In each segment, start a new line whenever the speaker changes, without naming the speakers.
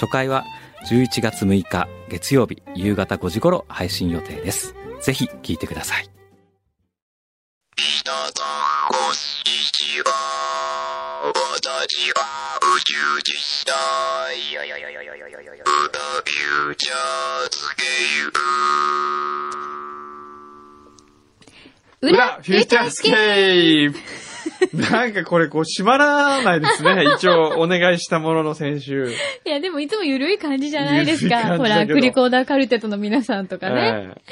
初回は11月6日月曜日夕方5時頃配信予定ですぜひ聞いてください
皆さん、こんにちは。私は宇宙実際。プラフューチャーズゲー
裏フューチャースケープなんかこれこう閉まらないで すね。一応お願いしたものの先週。
いや、でもいつもゆるい感じじゃないです
緩い感
か。ほ
じだけ
ら、
ど
クリコーダーカルテットの皆さんとかね。
ええ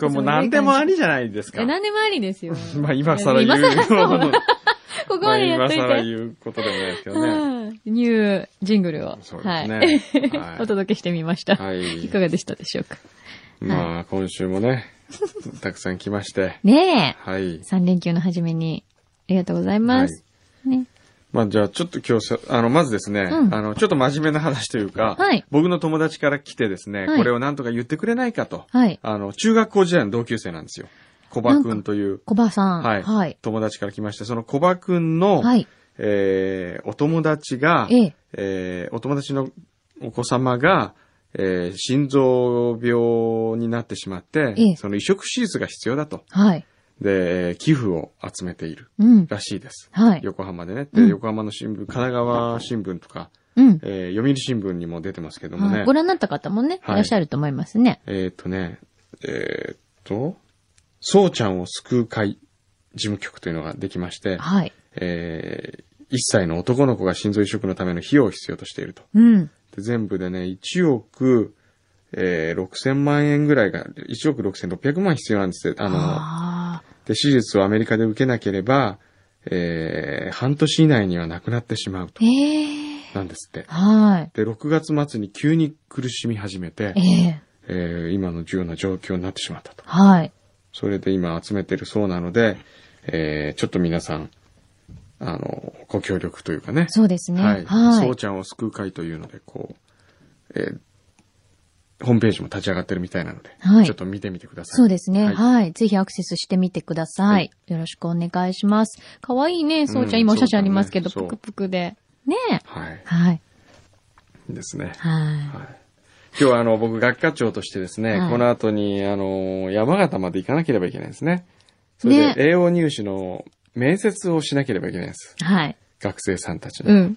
これもう何でもありじゃないですか。
え、。何でもありですよ
まあ今更言。
今更そうう なここ
ま
ま
あ
でや
今
っとい
更
て。
言うことでもないですけどね。
はいニュージングルを、
そうで
は
す
い、。
ねはい
お届けしてみました、
はい
いかがでしたでしょうか。
まあ今週もね、 たくさん来まして。
ね
はい
え、。3連休の初めに、ありがとうございます。ね。
まあじゃあちょっと今日さ、あの、まずですね、
うん
あの、ちょっと真面目な話というか、
はい
僕の友達から来てですね、
はい
これをなんとか言ってくれないかと、
はい
あの、中学校時代の同級生なんですよ。小葉くんという、
小葉さん。
はい、
はい。
友達から来まして、その小葉くんの、
はい
えーお友達が、
ええ
えーお友達のお子様が、えー心臓病になってしまって、
ええ
その移植手術が必要だと。
はい。
で、えー寄付を集めている
うん。
らしいです。
はい。
横浜でね。
う
で、
ん
横浜の新聞、神奈川新聞とか、
うん。
えー読売新聞にも出てますけども
は
ね
い、。ご覧になった方もね、
は
い
い
らっしゃると思いますね。
えーっ、とね、えーっと、そうちゃんを救う会事務局というのができまして、
はい。
えー、1歳の男の子が心臓移植のための費用を必要としていると。
うん。
で全部でね、1億、えー、6000万円ぐらいが、1億6600万必要なんですって。あの、
あ
で、手術をアメリカで受けなければ、えー、半年以内には亡くなってしまうと
ー。。ええ
なんですって。
はい。
で、6月末に急に苦しみ始めて
え、え
えー、今のような状況になってしまったと。
はい。
それで今集めてるそうなので、えー、ちょっと皆さん、あの、ご協力というかね。
そうですね。は。
はいい。そうちゃんを救う会というので、こう、えーホームページも立ち上がってるみたいなので、
はい
ちょっと見てみてください。
そうですね、
は
はいい。ぜひアクセスしてみてください。
はい
よろしくお願いします。かわいいね、そうちゃん。今
うん
お写真ありますけど、
そうだ
ぷ
ねそ
く
う
ぷくで。ねえ。
はい。
はい。
ですね。
は
はい。今日はあの、僕、学科長としてですね、
はい
この後に、あの、山形まで行かなければいけないんですね。それ
ね
で、栄養入試の面接をしなければいけないんです。
い。はい。
学生さんたちの。
うん。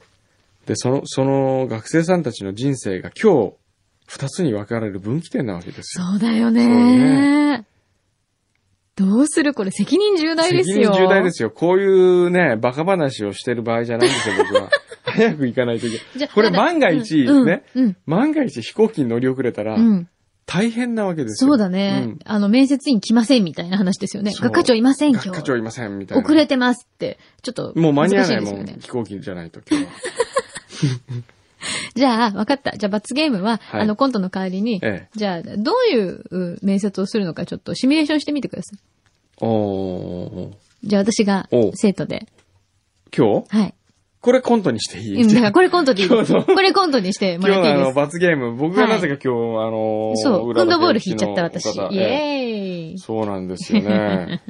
で、その、その学生さんたちの人生が今日、二つに分かれる分岐点なわけですよ。
そうだよ
そうね
ね。どうするこれ責任重大です
責
よ。
任重大ですよ。こういうね、バカ話をしてる場合じゃないんですよ、 僕は。早く行かないといけ
じ
ない。
ゃ
これ
まだ
万が一、
うん
ね、
うん。
万が一飛行機に乗り遅れたら
う、ん。
大変なわけですよ。
そうだね、
うん
あの、面接員来ませんみたいな話ですよね。
そう
学科長いません今日。
学科長いません、みたいな。
遅れてますって。ちょっと。
もう間に合わないも
難し
ん、
ですよね
飛行機じゃないと 今日は。
じゃあ、わかった。じゃあ、罰ゲームは、
はい
あの、コントの代わりに、
ええ
じゃあ、どういうう面接をするのか、ちょっとシミュレーションしてみてください。
おー
じゃあ、私が
おう、
生徒で。
今日
はい。
これコントにしていい
うん、だから、これコントでいいです。
今日の
これコントにして も
今
ら
日
ってい
のあ
い
の、
で
罰ゲーム、僕がなぜか今日、あのー、
す。そう、ハンドボール引いちゃった私。イ
裏田健一の方え
エー
え
イ。
そうなんですよね。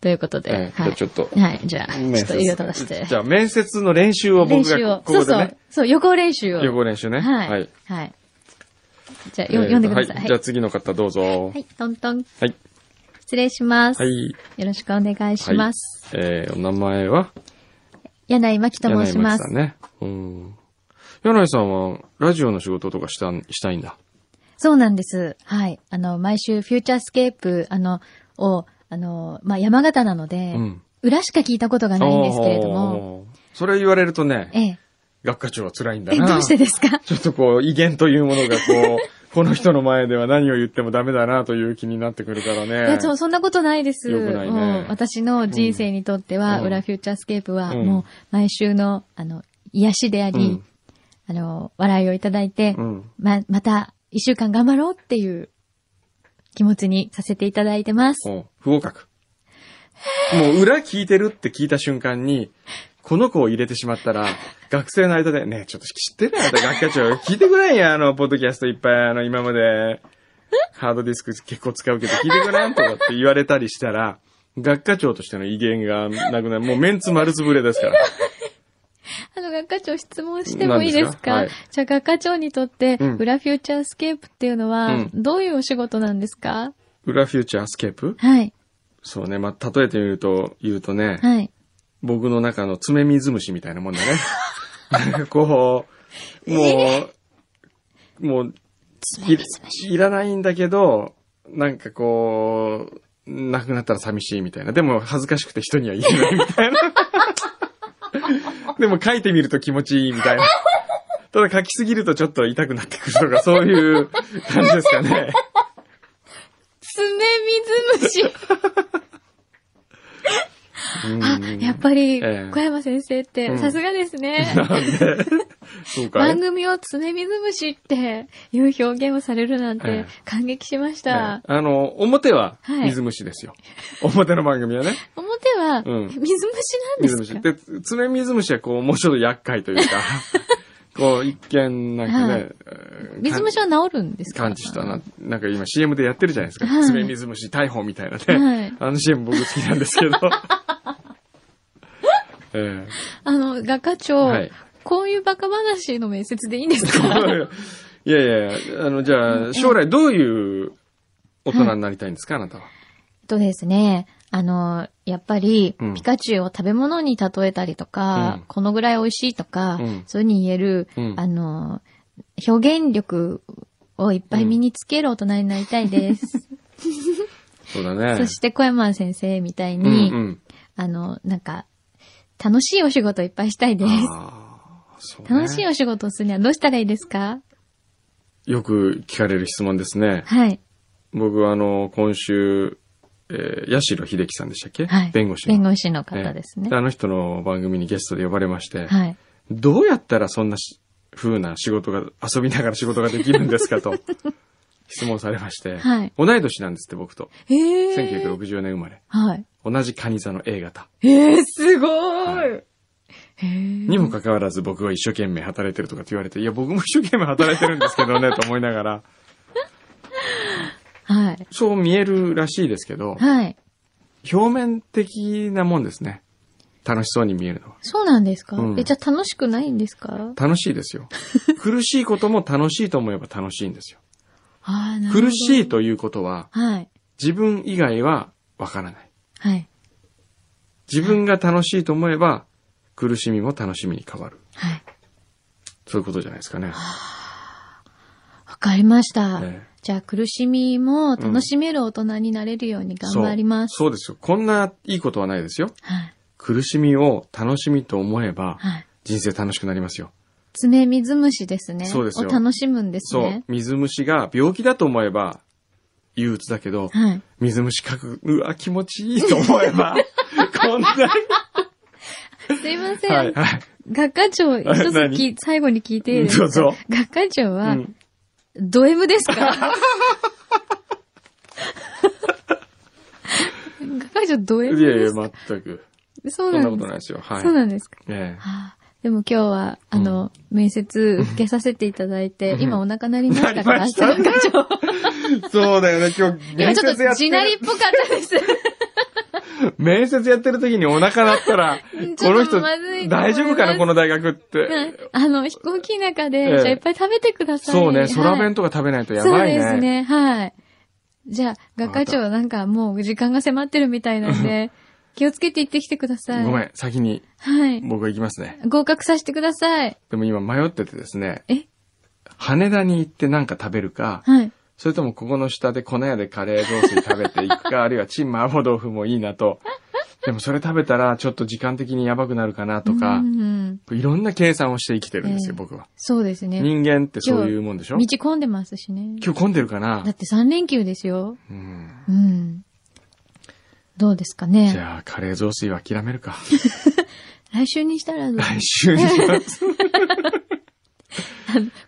ということで、
ええ
は
じゃあちょっと
い。はい、じゃあ、ちょ
面
っと
接
入れたらして
じ。ゃあ、面接の練習を
練
僕
習を
がこ。ここ
そう
で
そ
ね
う。。そう、予行練習を。
予行練習ね。
はい。
は
はいい。。じゃあ、
えー
よ読んでください。
は。
はいい
じゃあ、次の方どうぞ
は。い、トントン。
はい。
失礼します。
はい。
よろしくお願いします。
はい。えー、お名前は
柳井真紀と申し
柳井真
ま
紀
す
さん。ね。うん。柳井さんは、ラジオの仕事とかしたん、したいんだ。
そうなんです。はい。あの、毎週、フューチャースケープ、あの、を、あの、まあ、山形なので、
うん
裏しか聞いたことがないんですけれども、
おー。それ言われるとね、
ええ。
学科長は辛いんだ
え、
な。
どうしてですか
ちょっとこう、威厳というものがこう、この人の前では何を言ってもダメだなという気になってくるから
い
ね。
や、そ、そんなことないです。
よくないね
もう私の人生にとっては、
うん
裏フューチャースケープは、
うん
もう、毎週の、あの、癒しであり、
うん
あの、笑いをいただいて、
うん。
ま、また一週間頑張ろうっていう気持ちにさせていただいてます。
お不合格。もう裏聞いてるって聞いた瞬間に、この子を入れてしまったら、学生の間で、ねえ、ちょっと知ってるよ、あなた学科長。聞いてくれんや、あの、ポッドキャストいっぱい、あの、今まで、ハードディスク結構使うけど、聞いてくれんとかって言われたりしたら、学科長としての威厳がなくなる。もうメンツ丸つぶれですから。
あの、学科長質問してもいいですか
何です
じゃあ学科長にとって、
うん
裏フューチャースケープっていうのは、
うん
どういうお仕事なんですか
裏フューチャースケープ
はい、
そうね。まあ、例えてみると、言うとね、
はい。
僕の中の爪水虫みたいなもんだ ね。こう、もう、もう、いいらないんだけど、なんかこう、亡くなったら寂しいみたいな。でも恥ずかしくて人には言えないみた いな。でも書いてみると気持ちいいみたいな。ただ書きすぎるとちょっと痛くなってくるとか、そういう感じです かね。
爪水虫。
うん
あ、やっぱり、
ええ
小山先生っ
う
て、
ん
さすがですね。
そうかい。
番組を爪水虫っていう表現をされるなん
え
て
え
感激しまし
あ
た。
の、表は
はい
水虫ですよ。表の番組はね。
表は、
うん
水虫なん
水
です
虫。
か
で、爪水虫はこう、もうちょっと厄介という か、こう、一見なんかね、
はい
えー
水虫は治るんですか
感じしたな。なんか今 CM でやってるじゃないですか。
はい
爪水虫逮捕みたいなね。
はい
あの CM 僕好きなんです けど。え
あの、画家長、
はい
こういうバカ話の面接でいいんです
え
か
いやいや、あの、じゃあ、将来どういう大人になりたいんですか、あなたは。
とですね、あの、やっぱり、
うん
ピカチュウを食べ物に例えたりとか、
うん
このぐらい美味しいとか、
うん
そういうふうに言える、
うん
あの、表現力をいっぱい身につける大人になりたい です。
そうだね。
そして小山先生みたいに、
うんうん
あの、なんか、楽しいお仕事いっぱいしたいです。
あーそうね
楽しいお仕事をするにはどうしたらいいですか
よく聞かれる質問ですね。
はい。
僕はあの、今週、えー、八代秀樹さんでしたっけ、
はい。
弁護士の。
弁護士の方ですね
えー。あの人の番組にゲストで呼ばれまして、
はい。
どうやったらそんなし風な仕事が、遊びながら仕事ができるんです かと質問されまして、
はい
同い年なんですって僕と。
えー。
1960年生まれ。
はい。
同じカニ座の A 型。
えー、すご。
はい
へー
にもかかわらず僕は一生懸命働いてるとかって言われて、いや僕も一生懸命働いてるんですけ どね、と思いながら。
はい。
そう見えるらしいですけど、
はい。
表面的なもんですね。楽しそうに見えるのは。
そうなんですか、
うん
え、じゃあ楽しくないんですか
楽しいですよ。苦しいことも楽しいと思えば楽しいんですよ。
ああ、なるほど。
苦しい。ということは、
はい。
自分以外はわからない。
はい。
自分が楽しいと思えば、苦しみも楽しみに変わる。
はい。
そういうことじゃないですかね。
わかりました。
ええ
じゃあ苦しみも楽しめる大人になれるように頑張ります。
そう。そうですよ。こんないいことはないですよ。
はい。
苦しみを楽しみと思えば、
はい。
人生楽しくなりますよ。
爪水虫ですね。
そうですよ
を楽しむんです
そう
ね。。
水虫が病気だと思えば、憂鬱だけど、
はい。
水虫かく、うわ、気持ちいいと思え ば、こんなに。
すいません。
はい、はい。
学科長、一つき
何
最後に聞いていいです
ど
か
うぞ。
学科長
う
は、
ん、
ド M です か学科長、ド M
いやい
で
や、
すか
全く。
そう
そん
な
なんこ
です
とない
か
ですよ。はい。
そうなんですか
ええ
あーでも今日は、あの、面接受けさせていただいて、
ん
今お腹鳴りになったから、
な
明
りま
日
した
学科長。
そうだよね、今日、
今
面
ちょっ
接や
と
って
地鳴りっ
る。
ぽかったです。
面接やってる時にお腹鳴っ たら、
んちょ
こ
っと
の人
まずい、と思いま
大
す
丈夫かな、この大学って。
あの、飛行機の中で、
ええ
じゃあいっぱい食べてください。
そう
は
ね、
い
空弁とか食べないとやばいね。
そうですね、はい。じゃあ、学科長なんかもう時間が迫ってるみたいなんで、気をつけて行ってきてください。
ごめ。ん、先に
はい。
僕が行きますね。
合格させてください。
でも今迷っててですね、
え
羽田に行ってなんか食べるか、
はい。
それともここの下で粉屋でカレー雑炊食べていく か、あるいはチン麻婆豆腐もいいなと。でもそれ食べたらちょっと時間的にやばくなるかなとか
う、ん。
いろんな計算をして生きてるんですよ、
ええ
僕は。
そうですね。
人間ってそういうもんでしょ
道
今
混んでますしね。
日混んでるかな
だって3連休ですよ。
うん
うん。どうですか
じ
ね。
ゃあ、カレー雑炊 は諦めるか。
来週にしたらどう
来週にします。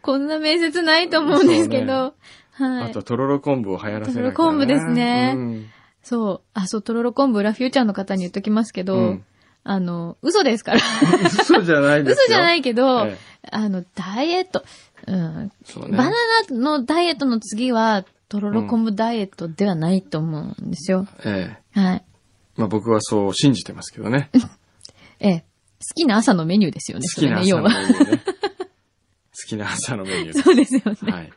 こんな面接ないと思うんですけど。は
あ
い
と、。とろろ昆布を流行らせない、
とろろ昆布ですね
うん
そう。あ、そう、とろろ昆布、裏フューチャーの方に言っときますけど、
うん
あの、嘘ですから。
嘘じゃないですよ。
嘘じゃないけど、
ええ
あの、ダイエット、うん、
そうね
バナナのダイエットの次は、とろろ昆布ダイエットではないと思うんですよ。
ええ
はい。
まあ僕はそう信じてますけ どね。
ええ。好きな朝のメニューですよね、そ
好
れ
きな
ね、
朝
要
のメニ
は。
ューね。好きな朝のメニュ ー
そうですよね。
はい。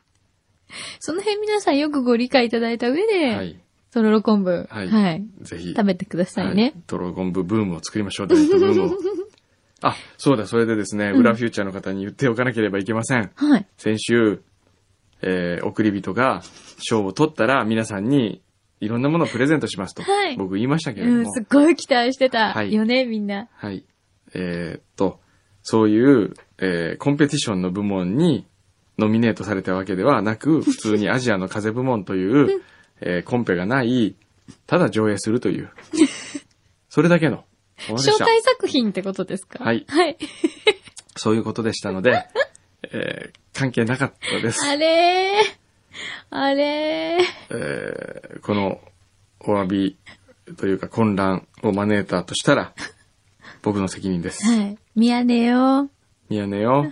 その辺皆さんよくご理解いただいた上で、
はい。
とろろ昆布、
はいぜひ。
食べてくださいね。
はい。トロゴンブブームを作りましょう、ダイエットブー ムを。あ、そうだ、それでですね、裏フューチャーの方に言っておかなければいけません。
はい。
先週、えー、送り人が賞を取ったら皆さんにいろんなものをプレゼントしますと、
はい
僕言いましたけれど
う
も、
ん、すっごい期待してた
はい
よね、みんな。
はい。えーっと、そういう、えーコンペティションの部門にノミネートされたわけでは なく、普通にアジアの風部門という、えーコンペがない、ただ上映するという、それだけの、もので
招
した
待作品ってことですか
はい
はい。
そういうことでしたので、えー関係なかったです。
あれー。あれー。
えーこのお詫びというか混乱を招いたとしたら、僕の責任です。
はい。見やねよ。
ミヤネよ。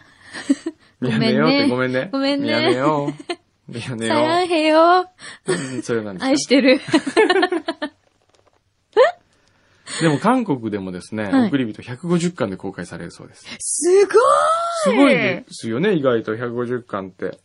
ご
ミ
めんね
ヤネよってごめんね。
ごめんね
ミヤネよ。ミヤ
さらん
ネよ。
へよ。
うんそれなんで
愛
す
してる。
か。でも韓国でもですね、
はい
送り人150巻で公開されるそうです。
すごーい
すごいですよね、意外と150巻って。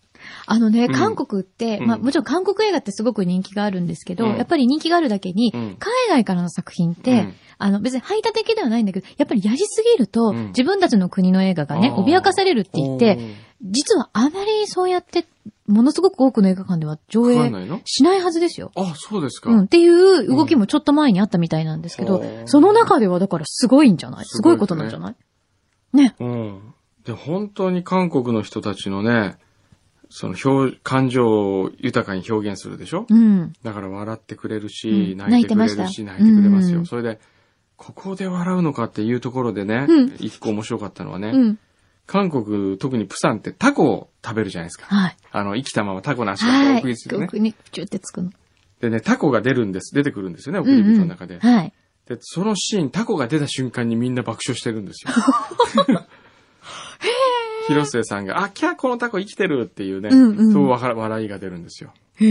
あのね、
うん
韓国って、
うん
まあもちろん韓国映画ってすごく人気があるんですけど、
うん
やっぱり人気があるだけに、
うん
海外からの作品って、
うん
あの別に排他的ではないんだけど、やっぱりやりすぎると、
うん
自分たちの国の映画がね、
あー
脅かされるって言って、実はあまりそうやって、ものすごく多くの映画館では
お
上
ー、わかんな
映
いの
しないはずですよ。
あ、そうですか。
うん、っていう動きもちょっと前にあったみたいなんですけど、
うん
その中ではだからすごいんじゃないす
す
ご
ご
い
いですね
ことなんじゃないね。
うん。で、本当に韓国の人たちのね、その表、感情を豊かに表現するでしょ
うん。
だから笑ってくれる
う
し、
ん
泣いてくれる
泣い
し、泣
てました
いてくれます
うん
よ。それで、ここで笑うのかっていうところでね
うん、
一個面白かったのはね、
うん。
韓国、特にプサンってタコを食べるじゃないですか。
はい。
あの、生きたままタコの足がこう
はい。
食いついてね。
奥にチュってつくの。
でね、タコが出るんです、出てくるんですよね、
う
送り
ん、
人
う
の
ん。
中で。
はい。
で、そのシーン、タコが出た瞬間にみんな爆笑してるんですよ。広末さんが、あ、キャーこのタコ生きてるっていうね、
うんうん
そうわか笑いが出るんですよ。
へ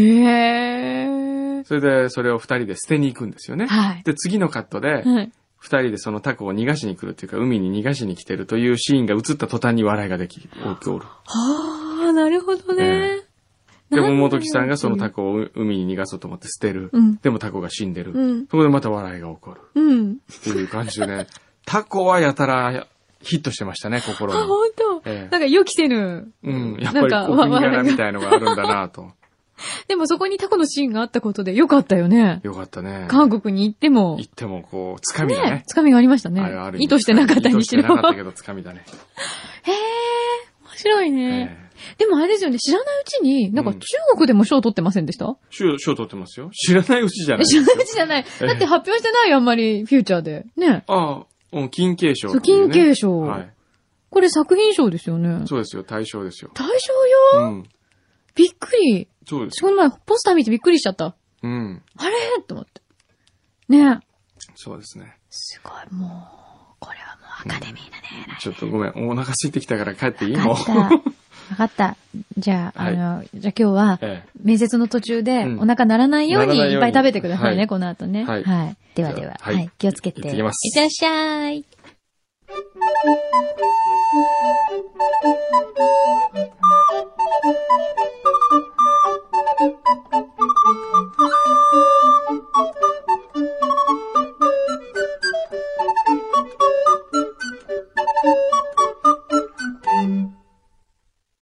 ー。
それで、それを二人で捨てに行くんですよね。
はい。
で、次のカットで、
はい。
二人でそのタコを逃がしに来るっていうか、海に逃がしに来てるというシーンが映った途端に笑いができ、起こる。
はー、なるほどね。
で、桃時さんがそのタ
コ。
コを海に逃がそうと思って捨てる。
うん
でもタコが死んでる。
うん
そこでまた笑いが起こる。
うん。
っていう感じ でね、タコはやたらヒットしてましたね、心
あ、
に。
ほんと。
ええ
なんか予期せぬ。
うん、やっ
なん
ぱり
か
お国
わ
柄みたいのがあるんだなと。
でもそこにタコのシーンがあったことでよかったよね。
よかったね。
韓
国
国に行っても
行、ってもこう、つかみだ
ね
ね、。
つかみがありましたね
あれはある。意味
意図してなかったにし
意図して
ろ。
なかったけど、つかみだね。
へえ、面白い ね。
ええ
でもあれですよね、知らないうちに、なんか
うん
中国でも賞取ってませんでした、
賞、賞取ってますよ。知らないうちじゃな
え
い
知らないうちじゃない。
ええ
だって発表してないよ、あんまり、フューチャーで。ね。
ああ、うん、金継賞、
そう金継賞
はい。
これ作品賞ですよね。
そうですよ、大賞ですよ。
大賞よ
うん。
びっくり。
そうです。
その前、ポスター見てびっくりしちゃった。
うん。
あれと思って。ね。
そうですね。
すごい、もう、これはもうアカデミーだね。
ちょっとごめん、お腹空いてきたから帰っていい
わ
もう。
かった。わかった。じゃあ、あの、じゃあ今日は、
え
面接の途中で
う、ん
お腹ならないように
ならない
い
よ
っ
う
ぱ
に
い食べてくださいね、
はい
この後ね。は。
はいい
ではでは、は、
はいい
気をつけて。
いってきます
いってらっしゃい。
「